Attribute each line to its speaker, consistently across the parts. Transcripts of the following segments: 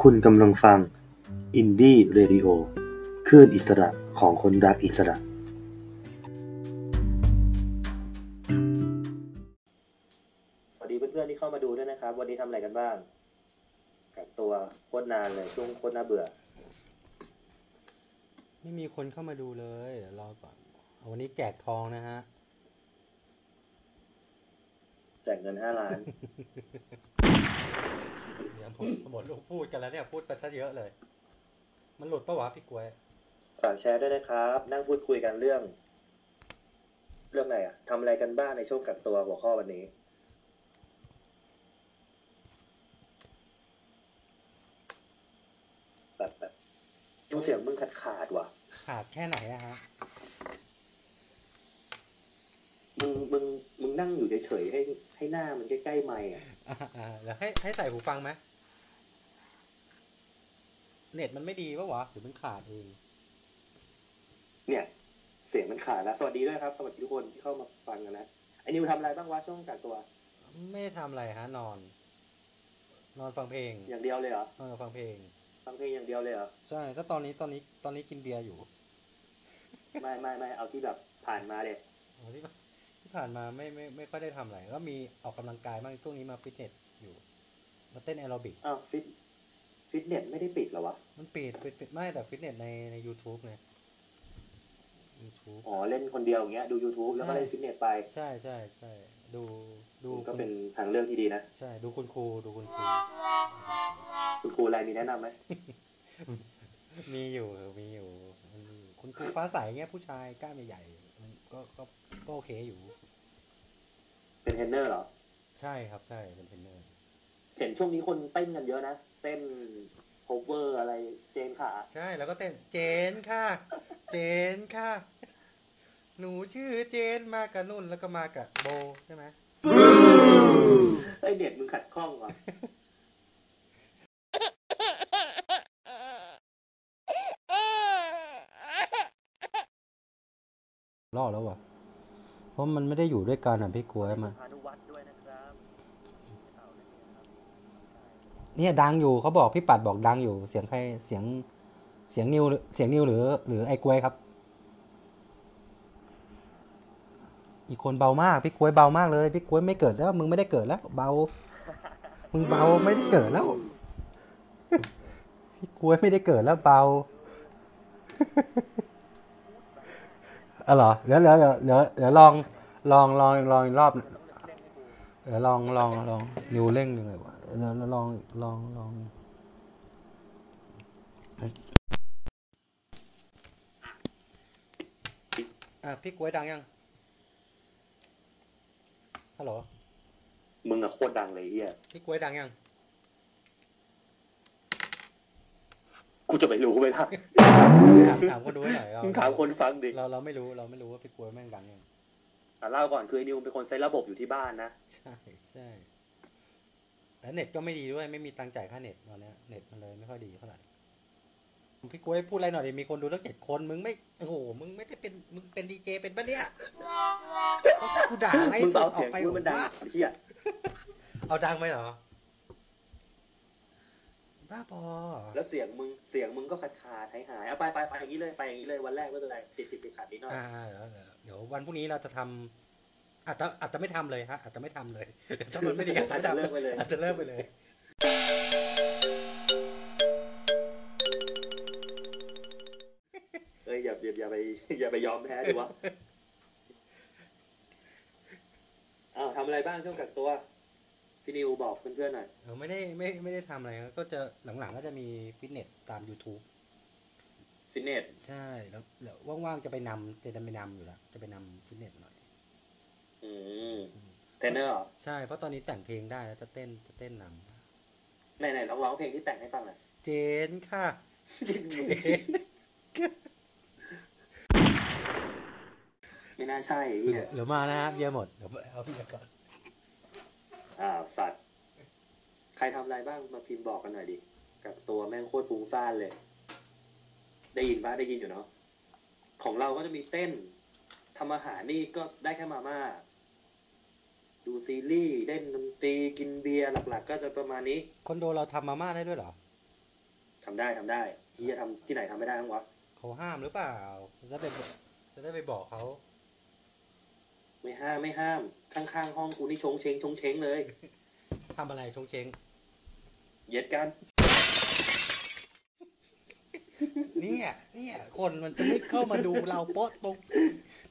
Speaker 1: คุณกำลังฟัง อินดี้เรดิโอคลื่นอิสระของคนรักอิสระ
Speaker 2: สวัสดีเพื่อนๆที่เข้ามาดูด้วยนะครับ วันนี้ทำอะไรกันบ้าง กักตัวโคตรนานเลยช่วงโคตรน่าเบื่อ
Speaker 3: ไม่มีคนเข้ามาดูเลยเดี๋ยวรอก่อนเอาวันนี้แจกทองนะฮะ
Speaker 2: แจกเงินห้าล้าน
Speaker 3: เดี๋ยวผมหมดลูกพูดกันแล้วเนี่ยพูดไปซะเยอะเลย มันหลุดปะวะพี่กล้วย
Speaker 2: ฝากแชร์ด้วยนะครับ นั่งพูดคุยกันเรื่อง เรื่องอะไรอะทำอะไรกันบ้างในช่วงกักตัวหัวข้อวันนี้ แบบแบบดูเสียงมึงขาดขาดๆว่ะ
Speaker 3: ขาดแค่ไหนอะฮ ะ
Speaker 2: มึงมึงมึงนั่งอยู่เฉยๆให้ให้หน้ามันใกล้ๆไมค์อะ
Speaker 3: อ่าอ่าเดี๋ยวให้ให้ใส่หูฟังไหมเน็ตมันไม่ดีปะวะหรือมันขาดเอง
Speaker 2: เนี่ย เสียงมันขาดแล้ว สวัสดีด้วยครับ สวัสดีทุกคนที่เข้ามาฟังกันนะไอ้นิวทำอะไรบ้างวะช่วงกักตัว
Speaker 3: ไม่ทำอะไรฮะ นอน นอนฟังเพลง
Speaker 2: อย่างเดียวเลยเหรอ
Speaker 3: นอนฟังเพลง
Speaker 2: ฟังเพลงอย่างเดียวเลยเหรอ
Speaker 3: ใช่ก็ตอนนี้ตอนนี้ตอนนี้กินเบียร์อยู่
Speaker 2: ไม่ไม่ไม่เอาที่แบบผ่านมาเด็ด
Speaker 3: อ๋อที่ ที่ผ่านมาไม่ไม่ไม่ค่อยได้ทำอะไรก็มีออกกำลังกายบ้างช่วงนี้มาฟิตเนสอยู่ มาเต้นแอโรบิก
Speaker 2: อ้าวฟิตฟิตเนสไม่ได้ปิดเหรอวะ
Speaker 3: มันปิดปิดปิดไม่แต่ฟิตเนสในใน u t u b e ไง YouTube
Speaker 2: อ๋อเล่นคนเดียวอย่างเงี้ยดู YouTube แล้วก็เล่น
Speaker 3: ใช่
Speaker 2: ฟิตเนสไป
Speaker 3: ใช่ใช่ใช่ดูดู
Speaker 2: ก็
Speaker 3: คุณ
Speaker 2: เป็นทางเลือกที่ดีนะ
Speaker 3: ใช่ดูคุณครูดูคุณครู
Speaker 2: คุณครูอะไรมีแนะนำไหม
Speaker 3: มีอยู่มีอยู่มันมีอยู่คุณครูฟ้าใสเงี้ยผู้ชายกล้ามใหญ่ๆมันก็ก็ก็โอเคอยู่
Speaker 2: เป็นเทรนเนอร์เหรอ
Speaker 3: ใช่ครับใช่เป็นเทรนเนอร์
Speaker 2: เห็นช่วงนี้คนเต้นกันเยอะนะ เต้น cover อะไรเจนขา
Speaker 3: ใช่แล้วก็เต้นเจนค่ะ เจนค่ะ หนูชื่อเจนมากับนุ่นแล้วก็มากับโบใช่ไหม
Speaker 2: ไอยเด็ดมึงขัดข้องว่ะ
Speaker 3: รอดแล้ววะเพราะมันไม่ได้อยู่ด้วยกันอ่ะพี่กลัวมา
Speaker 2: พานุวัฒน์ด้วยนะครับเอาเลยนะครับ
Speaker 3: เนี่ยดังอยู่เขาบอกพี่ปัดบอกดังอยู่ เสียงใครเสียงเสียงนิวหรือเสียงนิวหรือ หรือไอ้กล้วยครับ อีกคนเบามากพี่กล้วยเบามากเลยพี่กล้วยไม่เกิดแล้วมึงไม่ได้เกิดแล้ว เบา มึงเบาไม่ได้เกิดแล้ว พี่กล้วยไม่ได้เกิดแล้วเบา เออเหรอเดี๋ยวเดี๋ยวเดี๋ยวเดี๋ยวเดี๋ยวลองลองลองลองอีกรอบ เดี๋ยวลองลองลองนิ้วเร่งยังไงวะเดี๋ยวลองลองลองอ่ะพี่กล้วยดังยังฮัลโหล
Speaker 2: มึงอะโคตรดังเลยไอ้เฮีย
Speaker 3: พี่กล้วยดังยัง
Speaker 2: กูจะไปรู้ไหมล่ะ
Speaker 3: ถามถามคนดูให้หน่อยเรา
Speaker 2: มึงถามคนฟังดิ
Speaker 3: เราเราไม่รู้เราไม่รู้ว่าพี่กล้วยแม่งดังยัง
Speaker 2: อ่ะเล่าก่อนคือไอ้นิวเป็นคนใช้ระบบอยู่ที่บ้านนะ
Speaker 3: ใช่ใช่แล้วเน็ตก็ไม่ดีด้วยไม่มีตังค์จ่ายค่าเน็ตตอนเนี้ยเน็ตมันเลยไม่ค่อยดีเท่าไหร่พี่กล้วยพูดอะไรหน่อยดิมีคนดูตั้งเจ็ดคนมึงไม่โอ้โหมึงไม่ได้เป็นมึงเป็นดีเจเป็นปะเนี่ยกูด่า ไอ้
Speaker 2: มึง
Speaker 3: สุด
Speaker 2: เอา
Speaker 3: อ
Speaker 2: เสีง
Speaker 3: อย กไป
Speaker 2: กูมันดัง
Speaker 3: ว่า
Speaker 2: เชี่ย
Speaker 3: เอาดังไหมเหรอ บ้าบอ
Speaker 2: แล้วเสียงมึงเสียงมึงก็ขาดขาดหายหายเอาไปไปไปอย่างนี้เลยไปอย่างนี้เลยวันแรกไม่เป็นไรติดติดติดขัดนิดหน่อย
Speaker 3: อ่าเดี๋ยวเดี๋ยววันพรุ่งนี้เราจะทำอาจจะอาจจะไม่ทำเลยฮะอาจจะไม่ทำเลยถ้ามันไม่ดีอาจจะ
Speaker 2: อาจ
Speaker 3: ไม่
Speaker 2: จะ
Speaker 3: ทำ
Speaker 2: เลิกไปเลย
Speaker 3: อาจจะเลิกไปเลย
Speaker 2: เอ้ยอย่าอย่าอย่าไปอย่าไปยอมแพ้ดิวะอ้าวทำอะไรบ้างช่วงกักตัวพี่นิวบอกเพื่อนๆหน่อย
Speaker 3: เออไม่ได้ไม่ไม่ได้ทำอะไรครับก็จะหลังๆก็จะมีฟิตเนสตาม YouTube
Speaker 2: ฟิตเนส
Speaker 3: ใช่แล้วแล้วว่างๆจะไปนำจะไปนำอยู่แล้วจะไปนำฟิตเนสหน่อย
Speaker 2: อืมเทรนเนอร์เหรอ
Speaker 3: ใช่เพราะตอนนี้แต่งเพลงได้แล้วจะเต้นจะเต้นนำ
Speaker 2: ไหนไหนลองร้องเพลงที่แต่งให้ฟังห น่อย
Speaker 3: เจนค่ะ
Speaker 2: ไม่น่าใช่ไอ้เฮีย
Speaker 3: เดี๋ยวมานะฮะเบียร์หมดเดี๋ยวเอาเบียร์ก่อน
Speaker 2: อ่าสัตว์ ใครทำอะไรบ้างมาพิมพ์บอกกันหน่อยดิ กับตัวแม่งโคตรฟุ้งซ่านเลย ได้ยินปะได้ยินอยู่เนาะของเราก็จะมีเต้นทำอาหารนี่ก็ได้แค่มาม่า ดูซีรีส์เล่นดนตรีกินเบียร์หลัก ๆ ก็จะประมาณนี้
Speaker 3: คอนโดเราทำมาม่าได้ด้วยเหรอ
Speaker 2: ทำได้ทำได้เฮียทำที่ไหนทำไม่ได้ทั้งวะ
Speaker 3: เขาห้ามหรือเปล่าจะได้ไปบอกจะได้ไปบอกเขา
Speaker 2: ไม่ห้ามไม่ห้าม ข้างๆห้องกูนี่ชงเชงชงเชงเลย
Speaker 3: ทำอะไรชงเชง
Speaker 2: เหย็ดกัน
Speaker 3: เนี่ย เนี่ย คนมันจะไม่เข้ามาดูเราโป๊ะตรง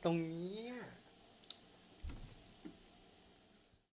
Speaker 3: ตรงเนี้ย